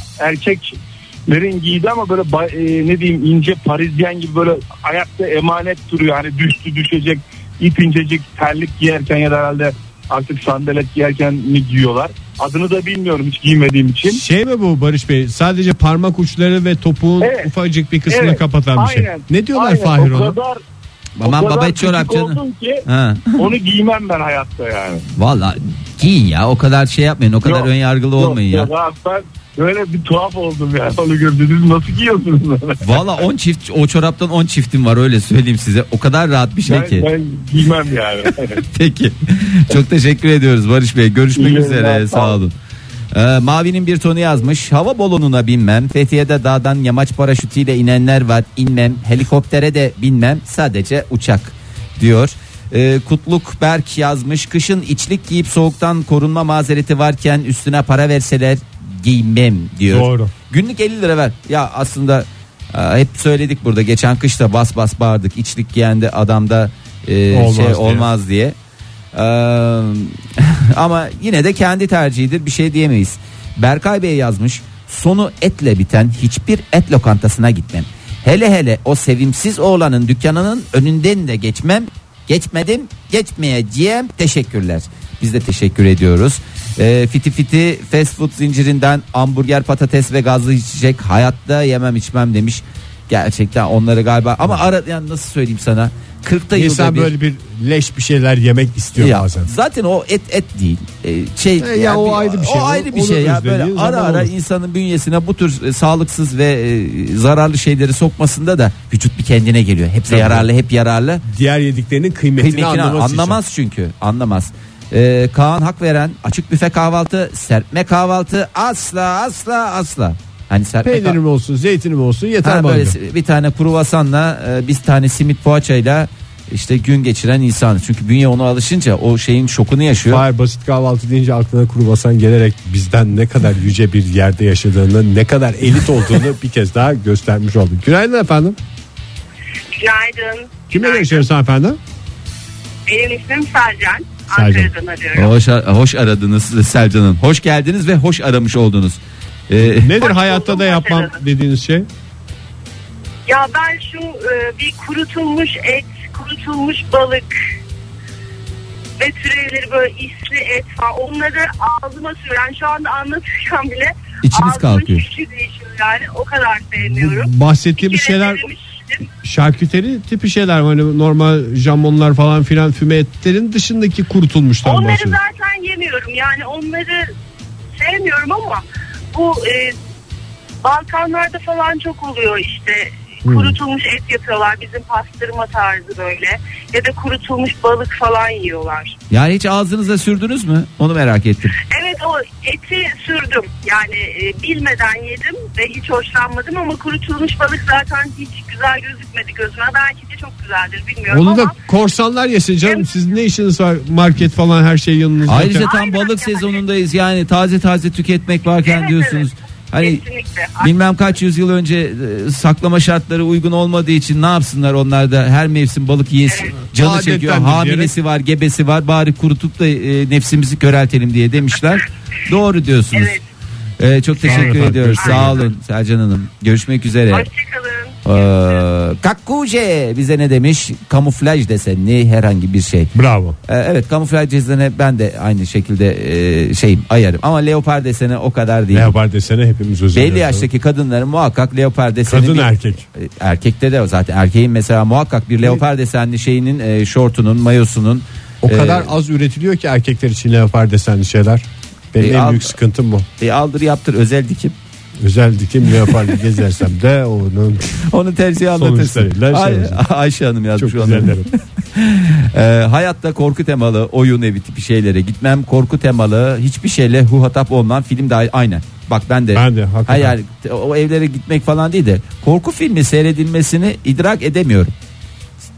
erkeklerin giydi ama böyle ba- eee, ne diyeyim ince parizyen gibi böyle ayakta emanet duruyor. Hani düştü düşecek ip incecik terlik giyerken ya da herhalde artık sandalet giyerken mi giyiyorlar. Adını da bilmiyorum hiç giymediğim için.
Şey mi bu Barış Bey? Sadece parmak uçları ve topuğun
Evet.
ufacık bir kısmını
Evet.
kapatan bir şey.
Aynen.
Ne diyorlar
Aynen,
Fahir
o
ona?
kadar,
Aman
o kadar
baba
küçük
çorap canım.
oldum ki
Ha.
onu giymem ben hayatta yani.
Valla giyin ya o kadar şey yapmayın o kadar
Yok,
ön yargılı olmayın ya.
Yok, ben Böyle bir tuhaf oldum ya. Onu gördünüz nasıl giyiyorsunuz?
Valla 10 çift o çoraptan 10 çiftim var öyle söyleyeyim size. O kadar rahat bir şey
ben,
ki.
ben giymem yani.
Peki. Çok teşekkür ediyoruz Barış Bey. Görüşmek
İyi
üzere.
yayınlar,
Sağ
sağ
olun. Ee, Mavi'nin bir tonu yazmış. Hava balonuna binmem. Fethiye'de dağdan yamaç paraşütüyle inenler var. İnmem. Helikoptere de binmem. Sadece uçak diyor. Ee, Kutluk Berk yazmış. Kışın içlik giyip soğuktan korunma mazereti varken üstüne para verseler giymem diyor.
Doğru.
Günlük 50 lira ver. Ya aslında e, hep söyledik burada geçen kışta bas bas bağırdık. İçlik giyen de adamda e,
Olmaz
şey
diye.
olmaz diye. Ee, ama yine de kendi tercihidir bir şey diyemeyiz. Berkay Bey yazmış. Sonu etle biten hiçbir et lokantasına gitmem. Hele hele o sevimsiz oğlanın dükkanının önünden de geçmem. Geçmedim, geçmeyeceğim. Teşekkürler. Biz de teşekkür ediyoruz. Ee, fiti fiti fast food zincirinden hamburger, patates ve gazlı içecek hayatta yemem içmem demiş. Gerçekten onları galiba ama ara yani nasıl söyleyeyim sana 40'ta yılda
İnsan
bir
böyle bir leş bir şeyler yemek istiyor
ya,
bazen.
Zaten o et et değil. Ee, şey
ya o ayrı bir şey.
O ayrı bir
Olur
şey ya
özlediği
böyle
zaman
ara ara
olur.
insanın bünyesine bu tür e, sağlıksız ve e, zararlı şeyleri sokmasında da vücut bir kendine geliyor. Hep de yararlı, hep yararlı.
Diğer yediklerinin kıymetini,
Kıymetini
anlaması
anlamaz,
için.
çünkü. Anlamaz. Ee, Kaan hak veren açık büfe kahvaltı, serpme kahvaltı asla asla asla. Hani serpme kah-
Peynirim olsun, zeytinim olsun yeter
Ha,
bana.
böyle bir tane kruvasanla e, bir tane simit poğaçayla işte gün geçiren insan. Çünkü bünye ona alışınca o şeyin şokunu yaşıyor.
Hayır basit kahvaltı deyince aklına kruvasan gelerek bizden ne kadar yüce bir yerde yaşadığını, ne kadar elit olduğunu bir kez daha göstermiş oldun. Günaydın efendim.
Günaydın.
Kimle
Günaydın.
görüşüyoruz efendim?
Benim ismim Sercan.
Sercan.
Ankara'dan arıyorum.
Hoş, hoş aradınız Selcan Hanım. Hoş geldiniz ve hoş aramış oldunuz. Ee,
Nedir
Hoş
hayatta
bulduk,
da
hoş
yapmam
geldin.
dediğiniz şey?
Ya ben şu e, bir kurutulmuş et, kurutulmuş balık ve türevleri böyle isli et falan onları ağzıma süren şu anda anlatırken bile
İçiniz
ağzımın
kalkıyor.
içi değişiyor yani o kadar sevmiyorum.
Bu bahsettiğim
Bir kere
şeyler
denemiştim.
şarküteri tipi şeyler mi? Hani normal jamonlar falan filan füme etlerin dışındaki kurutulmuştan
Onları
bahsediyorum.
zaten yemiyorum yani onları sevmiyorum ama bu e, Balkanlarda falan çok oluyor işte kurutulmuş et yapıyorlar bizim pastırma tarzı böyle ya da kurutulmuş balık falan yiyorlar.
yani hiç ağzınıza sürdünüz mü? Onu merak ettim.
Evet o eti sürdüm yani e, bilmeden yedim ve hiç hoşlanmadım ama kurutulmuş balık zaten hiç güzel gözükmedi gözüme belki de çok güzeldir bilmiyorum
Onu
ama.
da korsanlar yesin canım.
Hem-
Sizin ne işiniz var? Market falan her şey yanınızda.
Ayrıca tam
Aynen
balık
yani.
sezonundayız. Yani taze taze tüketmek varken
Evet,
diyorsunuz.
evet.
Hani
Kesinlikle.
bilmem kaç yüzyıl önce e, saklama şartları uygun olmadığı için ne yapsınlar onlar da her mevsim balık yiyesin. Canı
Adettendir
çekiyor.
diyerek.
Hamilesi var, gebesi var. Bari kurutup da e, nefsimizi köreltelim diye demişler. Doğru diyorsunuz.
Evet.
Ee, çok teşekkür
efendim,
ediyoruz.
görüşmek
Sağ olun Selcan Hanım. Görüşmek üzere.
Hoşçakalın.
Ee, kakuje bize ne demiş? Kamuflaj desenli herhangi bir şey.
Bravo.
Ee, evet kamuflaj desene ben de aynı şekilde e, şeyim ayarım. Ama leopar desene o kadar değil.
Ne yapar desene hepimiz özeniyoruz.
Belli yaştaki kadınların muhakkak leopar deseni
Kadın
bir-
erkek.
E, erkekte de zaten erkeğin mesela muhakkak bir leopar desenli şeyinin e, şortunun mayosunun
O
e,
kadar az üretiliyor ki erkekler için leopar desenli şeyler. Benim
E,
en
al-
büyük sıkıntım bu.
e, aldır yaptır özel dikim.
Özel dikim leopar gezersem de onun
Onu tercihi anlatırsın.
Sonuçlarıyla şey
Ay-
olacak.
Ayşe Hanım
çok
yazmış onu.
güzel derim.
Ee, hayatta korku temalı oyun evi tipi şeylere gitmem. Korku temalı hiçbir şeyle huhatap olmam. Film de aynı. Bak ben de,
Ben de, hakikaten.
hayır, hayır, te- o evlere gitmek falan değil de korku filmi seyredilmesini idrak edemiyorum.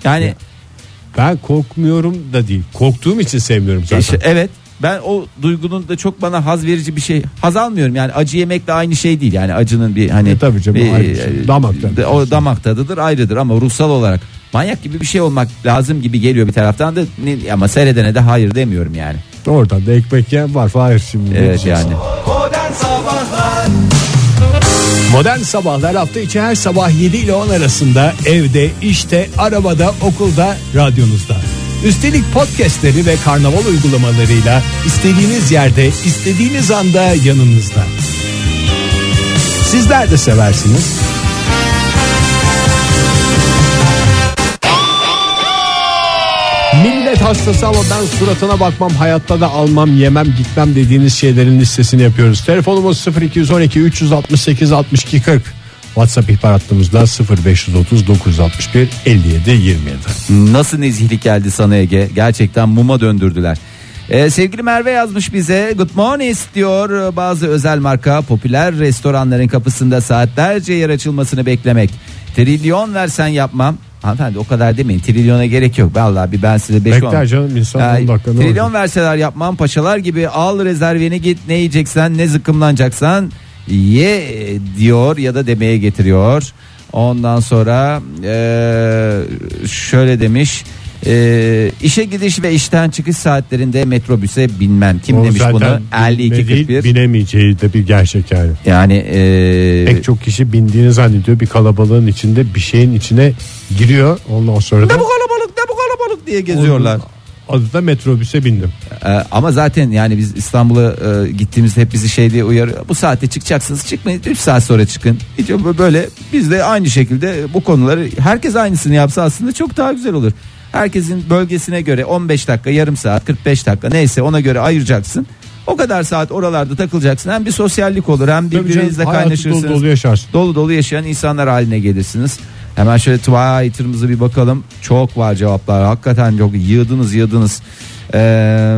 Yani
Ben korkmuyorum da değil. Korktuğum için sevmiyorum zaten.
işte evet ben o duygunun da çok bana haz verici bir şey haz almıyorum yani acı yemekle aynı şey değil yani acının bir hani
E tabii canım,
bir-
ayrı bir şey. Damak tadı.
de- o damak tadıdır ayrıdır ama ruhsal olarak manyak gibi bir şey olmak lazım gibi geliyor bir taraftan da Ne- ama seyredene de hayır demiyorum yani.
Oradan da ekmek yiyen var. Hayır şimdi. ne
Evet
diyeceksin?
yani.
Modern Sabahlar hafta içi her sabah 7 ile 10 arasında evde, işte, arabada, okulda, radyonuzda. Üstelik podcastleri ve karnaval uygulamalarıyla istediğiniz yerde, istediğiniz anda yanınızda. Sizler de seversiniz. Milli millet hastası ama ben suratına bakmam hayatta da almam yemem gitmem dediğiniz şeylerin listesini yapıyoruz. Telefonumuz 0212 368 62 40. WhatsApp ihbar hattımızda 0530 961 57 27.
Nasıl nezihlik geldi sana Ege? Gerçekten muma döndürdüler. Ee, sevgili Merve yazmış bize Good morning diyor bazı özel marka popüler restoranların kapısında saatlerce yer açılmasını beklemek. Trilyon versen yapmam. Hanımefendi o kadar demeyin trilyona gerek yok. Vallahi bir ben size 5
Bekler canım, insan on dakika, ne
Trilyon
olacak?
verseler yapmam paşalar gibi al rezerveni git ne yiyeceksen ne zıkkımlanacaksan ye e, diyor ya da demeye getiriyor. Ondan sonra e, şöyle demiş e, işe gidiş ve işten çıkış saatlerinde metrobüse binmem. Kim
O
demiş
zaten
bunu?
binme
52
değil,
41.
Binemeyeceği de bir gerçek yani.
Yani e,
Pek çok kişi bindiğini zannediyor bir kalabalığın içinde bir şeyin içine giriyor ondan sonra da
ne bu kalabalık ne bu kalabalık diye geziyorlar.
adı da metrobüse bindim.
Ee, ama zaten yani biz İstanbul'a e, gittiğimizde hep bizi şey diye uyarıyor. Bu saatte çıkacaksınız çıkmayın 3 saat sonra çıkın. Hiç böyle biz de aynı şekilde bu konuları herkes aynısını yapsa aslında çok daha güzel olur. Herkesin bölgesine göre 15 dakika yarım saat 45 dakika neyse ona göre ayıracaksın. O kadar saat oralarda takılacaksın. Hem bir sosyallik olur hem
Tabii
birbirinizle
canım, hayatı
kaynaşırsınız.
dolu dolu yaşarsın.
Dolu dolu yaşayan insanlar haline gelirsiniz. Hemen şöyle Twitter'ımıza bir bakalım. Çok var cevaplar. Hakikaten çok yığdınız yığdınız. Ee,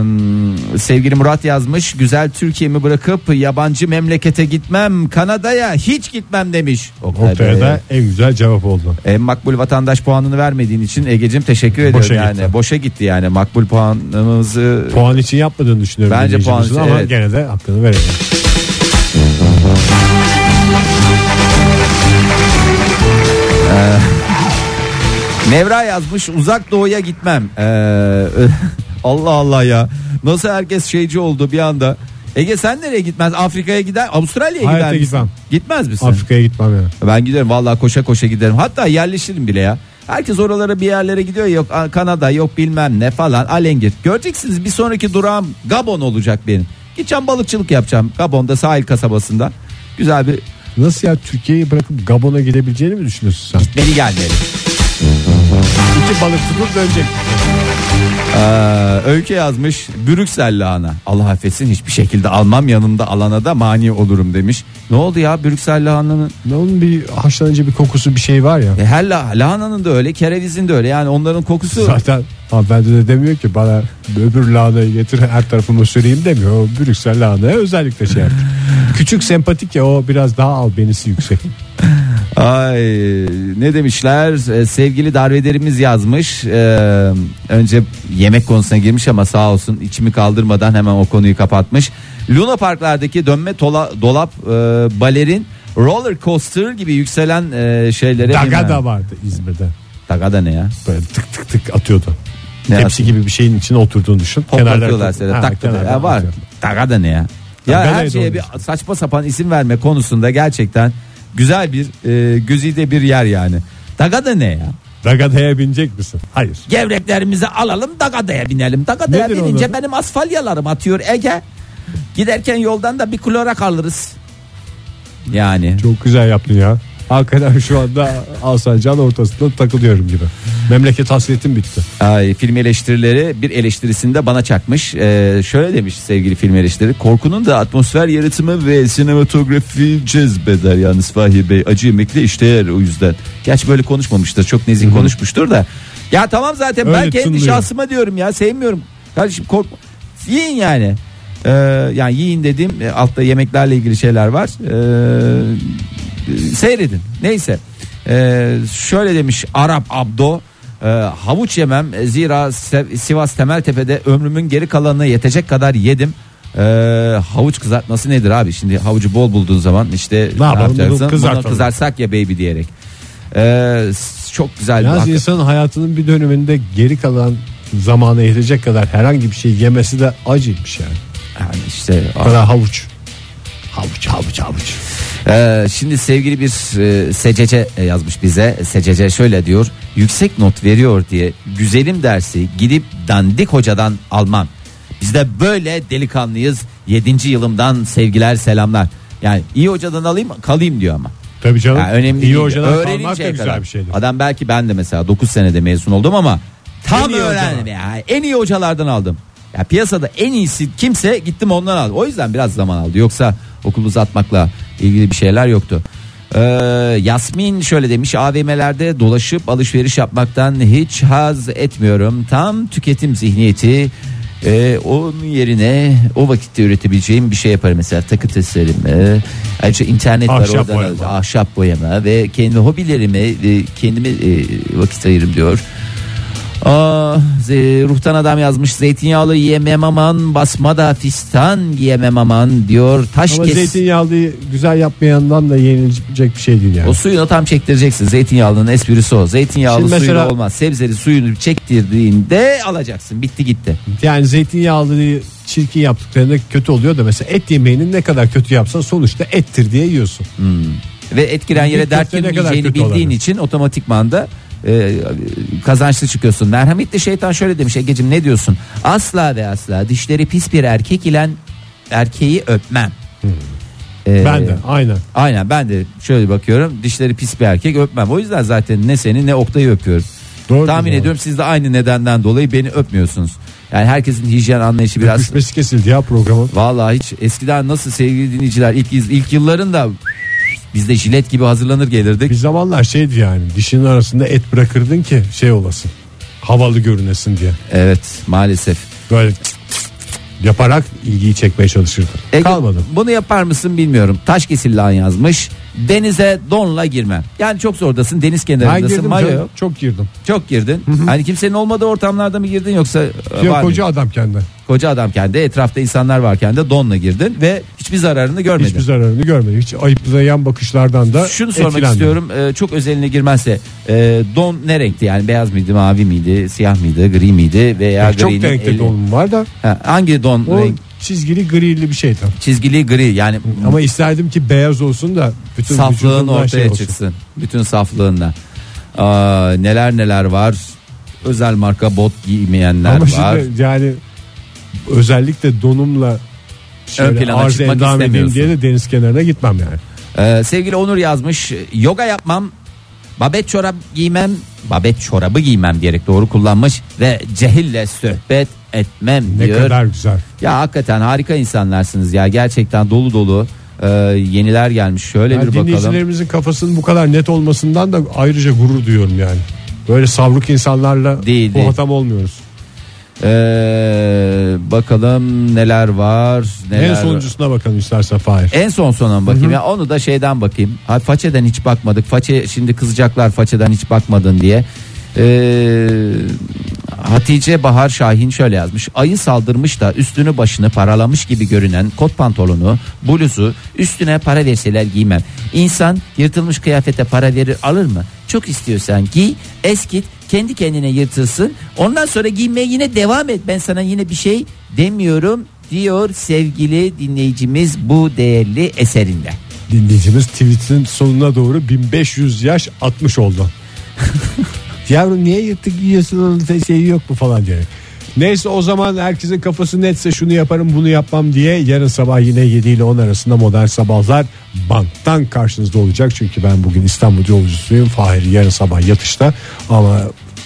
sevgili Murat yazmış. Güzel Türkiye'mi bırakıp yabancı memlekete gitmem. Kanada'ya hiç gitmem demiş. Oktay
Noktaya
Bey.
da en güzel cevap oldu.
En E, makbul vatandaş puanını vermediğin için Ege'cim teşekkür ediyorum
Boşa
yani.
gitti.
Boşa gitti yani. Makbul puanımızı
Puan için yapmadığını düşünüyorum.
Bence puan
dinleyicimizin
için,
ama
evet.
gene de hakkını verelim.
Nevra yazmış uzak doğuya gitmem. Ee, Allah Allah ya. Nasıl herkes şeyci oldu bir anda. Ege sen nereye gitmez? Afrika'ya gider, Avustralya'ya gider.
Hayata
misin?
gitmem.
Gitmez misin?
Afrika'ya gitmem yani.
ben giderim vallahi koşa koşa giderim. Hatta yerleşirim bile ya. Herkes oralara bir yerlere gidiyor yok a, Kanada yok bilmem ne falan alengir. Göreceksiniz bir sonraki durağım Gabon olacak benim. Gideceğim balıkçılık yapacağım Gabon'da sahil kasabasında. Güzel bir
Nasıl ya Türkiye'yi bırakıp Gabon'a gidebileceğini mi düşünüyorsun sen?
beni gelmeli.
İki balıkçılık dönecek.
Ee, Öykü yazmış Brüksel lahana Allah affetsin hiçbir şekilde almam yanımda alana da mani olurum demiş. Ne oldu ya Brüksel lahananın?
Ne onun bir haşlanınca bir kokusu bir şey var ya.
E, her la- lahananın da öyle kerevizin de öyle yani onların kokusu.
Zaten hanımefendi de demiyor ki bana öbür lahanayı getir her tarafıma süreyim demiyor. O Brüksel lahanaya özellikle şey yaptı. Küçük sempatik ya o biraz daha albenisi yüksek.
Ay ne demişler Ee, sevgili darvederimiz yazmış Ee, önce yemek konusuna girmiş ama sağ olsun içimi kaldırmadan hemen o konuyu kapatmış. Luna parklardaki dönme tola- dolap e, balerin roller coaster gibi yükselen e, şeylere
Daga
binmem.
da vardı İzmir'de.
Dagada ne ya?
Böyle tık tık tık atıyordu.
Ne
Tepsi
atıyor?
gibi bir şeyin içine oturduğunu düşün.
Hoplatıyorlar seni.
Ha,
Tak tak.
kenardan
Ya var.
atıyor.
Taka da ne ya? Ya
Taka da
her
neydi
şeye
onun
bir
ismi?
saçma sapan isim verme konusunda gerçekten güzel bir e, gözüde bir yer yani. Taka da ne ya?
Dagadaya binecek misin? Hayır.
Gevreklerimizi alalım Dagada'ya binelim. Dagada'ya
Nedir
binince
onun adı?
benim asfalyalarım atıyor Ege. Giderken yoldan da bir klorak alırız. Yani
Çok güzel yaptın ya. Hakikaten şu anda Alsancak'ın ortasında takılıyorum gibi. Memleket hasretim bitti.
Ay, film eleştirileri bir eleştirisinde bana çakmış. Ee, şöyle demiş sevgili film eleştiri. Korkunun da atmosfer yaratımı ve sinematografi cezbeder yalnız Fahir Bey. Acı yemekle işteyer o yüzden. Gerçi böyle konuşmamıştır. Çok nezih konuşmuştur da. Ya tamam zaten ben
Öyle
kendi
tınlıyor.
şahsıma diyorum ya sevmiyorum. Kardeşim korkma. Yiyin yani. Ee, yani yiyin dediğim e, altta yemeklerle ilgili şeyler var. Ee, seyredin. Neyse. Ee, şöyle demiş Arap Abdo. e, havuç yemem zira Se- Sivas Temeltepe'de ömrümün geri kalanını yetecek kadar yedim. Ee, havuç kızartması nedir abi? Şimdi havucu bol bulduğun zaman işte ne,
yapalım? Bunu
yapacaksın? Bunu
kızartalım.
kızarsak ya baby diyerek. Ee, s- çok güzel.
Yalnız
hakikaten.
insanın hayatının bir döneminde geri kalan zamana erecek kadar herhangi bir şey yemesi de acıymış yani.
Yani işte
O kadar havuç. Havuç havuç havuç.
Ee, şimdi sevgili bir e, SCC yazmış bize. SCC şöyle diyor. Yüksek not veriyor diye güzelim dersi gidip dandik hocadan almam. Biz de böyle delikanlıyız. 7. yılımdan sevgiler selamlar. Yani iyi hocadan alayım kalayım diyor ama.
Tabii canım.
Yani önemli
İyi
değil.
hocadan kalmak da
Öğreninceye
güzel
kadar.
bir şeydir.
Adam belki ben de mesela 9 senede mezun oldum ama Tam
En iyi
öğrendim ya. En iyi hocalardan aldım. Ya piyasada en iyisi kimse gittim ondan aldım. O yüzden biraz zaman aldı. Yoksa okulu uzatmakla ilgili bir şeyler yoktu. Ee, Yasmin şöyle demiş AVM'lerde dolaşıp alışveriş yapmaktan hiç haz etmiyorum. Tam tüketim zihniyeti ee, onun yerine o vakitte üretebileceğim bir şey yaparım mesela takı tasarımı ayrıca internet var
Ahşap
oradan
boyama.
alacağım. ahşap boyama ve kendi hobilerime e, kendime e, vakit ayırırım diyor. Aa, ze- ruhtan adam yazmış zeytinyağlı yiyemem aman basma da fistan giyemem aman diyor taş
Ama
kes.
zeytinyağlı güzel yapmayandan da yenilecek bir şey değil yani.
O suyunu tam çektireceksin zeytinyağlının esprisi o zeytinyağlı
Şimdi
suyunu
mesela-
olmaz sebzeli suyunu çektirdiğinde alacaksın bitti gitti.
Yani zeytinyağlı çirkin yaptıklarında kötü oluyor da mesela et yemeğini ne kadar kötü yapsan sonuçta ettir diye yiyorsun.
Ve etkilen
Bir
yere
köfte
dert
ne kadar
girmeyeceğini
kötü
bildiğin
olabilir?
için otomatikman da e, kazançlı çıkıyorsun. Merhametli şeytan şöyle demiş Egeciğim ne diyorsun? Asla ve asla dişleri pis bir erkek ile erkeği öpmem. E,
Hmm. Ben de aynen.
Aynen ben de şöyle bakıyorum dişleri pis bir erkek öpmem. O yüzden zaten ne seni ne Oktay'ı öpüyorum.
Doğru,
Tahmin
doğru.
ediyorum siz de aynı nedenden dolayı beni öpmüyorsunuz. Yani herkesin hijyen anlayışı biraz
Düşmesi kesildi ya programın.
Vallahi hiç eskiden nasıl sevgili dinleyiciler ilk iz- ilk yılların da biz de jilet gibi hazırlanır gelirdik.
Bir zamanlar şeydi yani dişinin arasında et bırakırdın ki şey olasın. Havalı görünesin diye.
Evet maalesef.
Böyle cık cık cık yaparak ilgiyi çekmeye çalışırdın.
Ege,
Kalmadı.
Bunu yapar mısın bilmiyorum. Taş kesillan yazmış. Denize donla girmem. Yani çok zordasın deniz
Ben
kenarındasın.
girdim
mayo
canım,
yok.
çok girdim.
Çok girdin. Hani kimsenin olmadığı ortamlarda mı girdin yoksa e,
Yok
var
koca
mı?
adam kendi.
koca adamken de etrafta insanlar varken de donla girdin ve hiçbir zararını görmedin.
Hiçbir zararını görmedi. Hiç ayıplayan bakışlardan da
Şunu sormak
etkilenmedi.
istiyorum e, çok özeline girmezse e, don ne renkti yani beyaz mıydı mavi miydi siyah mıydı gri miydi veya
Yani çok
grinin
renkli
eli-
donum var da
Ha, hangi don
o
renk
çizgili grili bir şey tabii.
çizgili gri yani
Ama isterdim ki beyaz olsun da bütün
saflığın
vücudumdan
ortaya
şey olsun.
çıksın bütün saflığında Aa, neler neler var özel marka bot giymeyenler
Ama
var
şimdi yani özellikle donumla şöyle
Ön plana
arz
çıkmak
endam edeyim
istemiyorsun.
diye de deniz kenarına gitmem yani.
Ee, sevgili Onur yazmış yoga yapmam babet çorap giymem babet çorabı giymem diyerek doğru kullanmış ve cehille sohbet etmem
Ne
diyor.
kadar güzel.
Ya hakikaten harika insanlarsınız ya gerçekten dolu dolu e, yeniler gelmiş şöyle
Yani
bir bakalım.
dinleyicilerimizin kafasının bu kadar net olmasından da ayrıca gurur duyuyorum yani. Böyle savruk insanlarla
Değil, değil.
muhatap olmuyoruz.
Ee, E, bakalım neler var neler
en sonuncusuna bakalım istersen Fahir.
En son sona mı bakayım ya onu da şeyden bakayım. Ha, façeden hiç bakmadık. Façe şimdi kızacaklar façeden hiç bakmadın diye. Ee, Hatice Bahar Şahin şöyle yazmış. Ayı saldırmış da üstünü başını paralamış gibi görünen kot pantolonu, bluzu üstüne para verseler giymem. İnsan yırtılmış kıyafete para verir alır mı? Çok istiyorsan giy, eskit, kendi kendine yırtılsın. Ondan sonra giymeye yine devam et. Ben sana yine bir şey demiyorum diyor sevgili dinleyicimiz bu değerli eserinde.
Dinleyicimiz tweet'in sonuna doğru 1500 yaş atmış oldu. Yavrum niye yırtık giyiyorsun onun şeyi yok mu falan diye. Neyse o zaman herkesin kafası netse şunu yaparım bunu yapmam diye yarın sabah yine 7 ile 10 arasında modern sabahlar banttan karşınızda olacak. Çünkü ben bugün İstanbul yolcusuyum. Fahir yarın sabah yatışta ama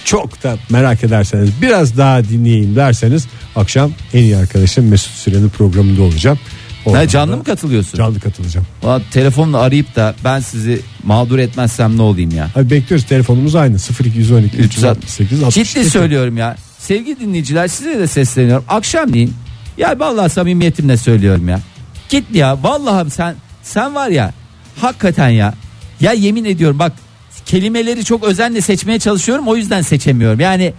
çok da merak ederseniz biraz daha dinleyeyim derseniz akşam en iyi arkadaşım Mesut Süren'in programında olacağım.
Ha,
Oradan da
canlı mı katılıyorsun?
Canlı katılacağım.
Valla telefonla arayıp da ben sizi mağdur etmezsem ne olayım ya?
Abi bekliyoruz telefonumuz aynı 0212 368 62.
Ciddi söylüyorum ya. Sevgili dinleyiciler size de sesleniyorum. Akşamleyin ya vallahi samimiyetimle söylüyorum ya. Git ya vallahi sen sen var ya hakikaten ya. Ya yemin ediyorum bak kelimeleri çok özenle seçmeye çalışıyorum o yüzden seçemiyorum. Yani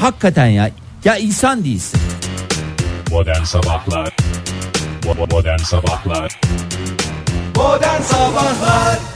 hakikaten ya. Ya insan değilsin.
Modern Sabahlar Bo- bo- Modern Sabahlar
Modern Sabahlar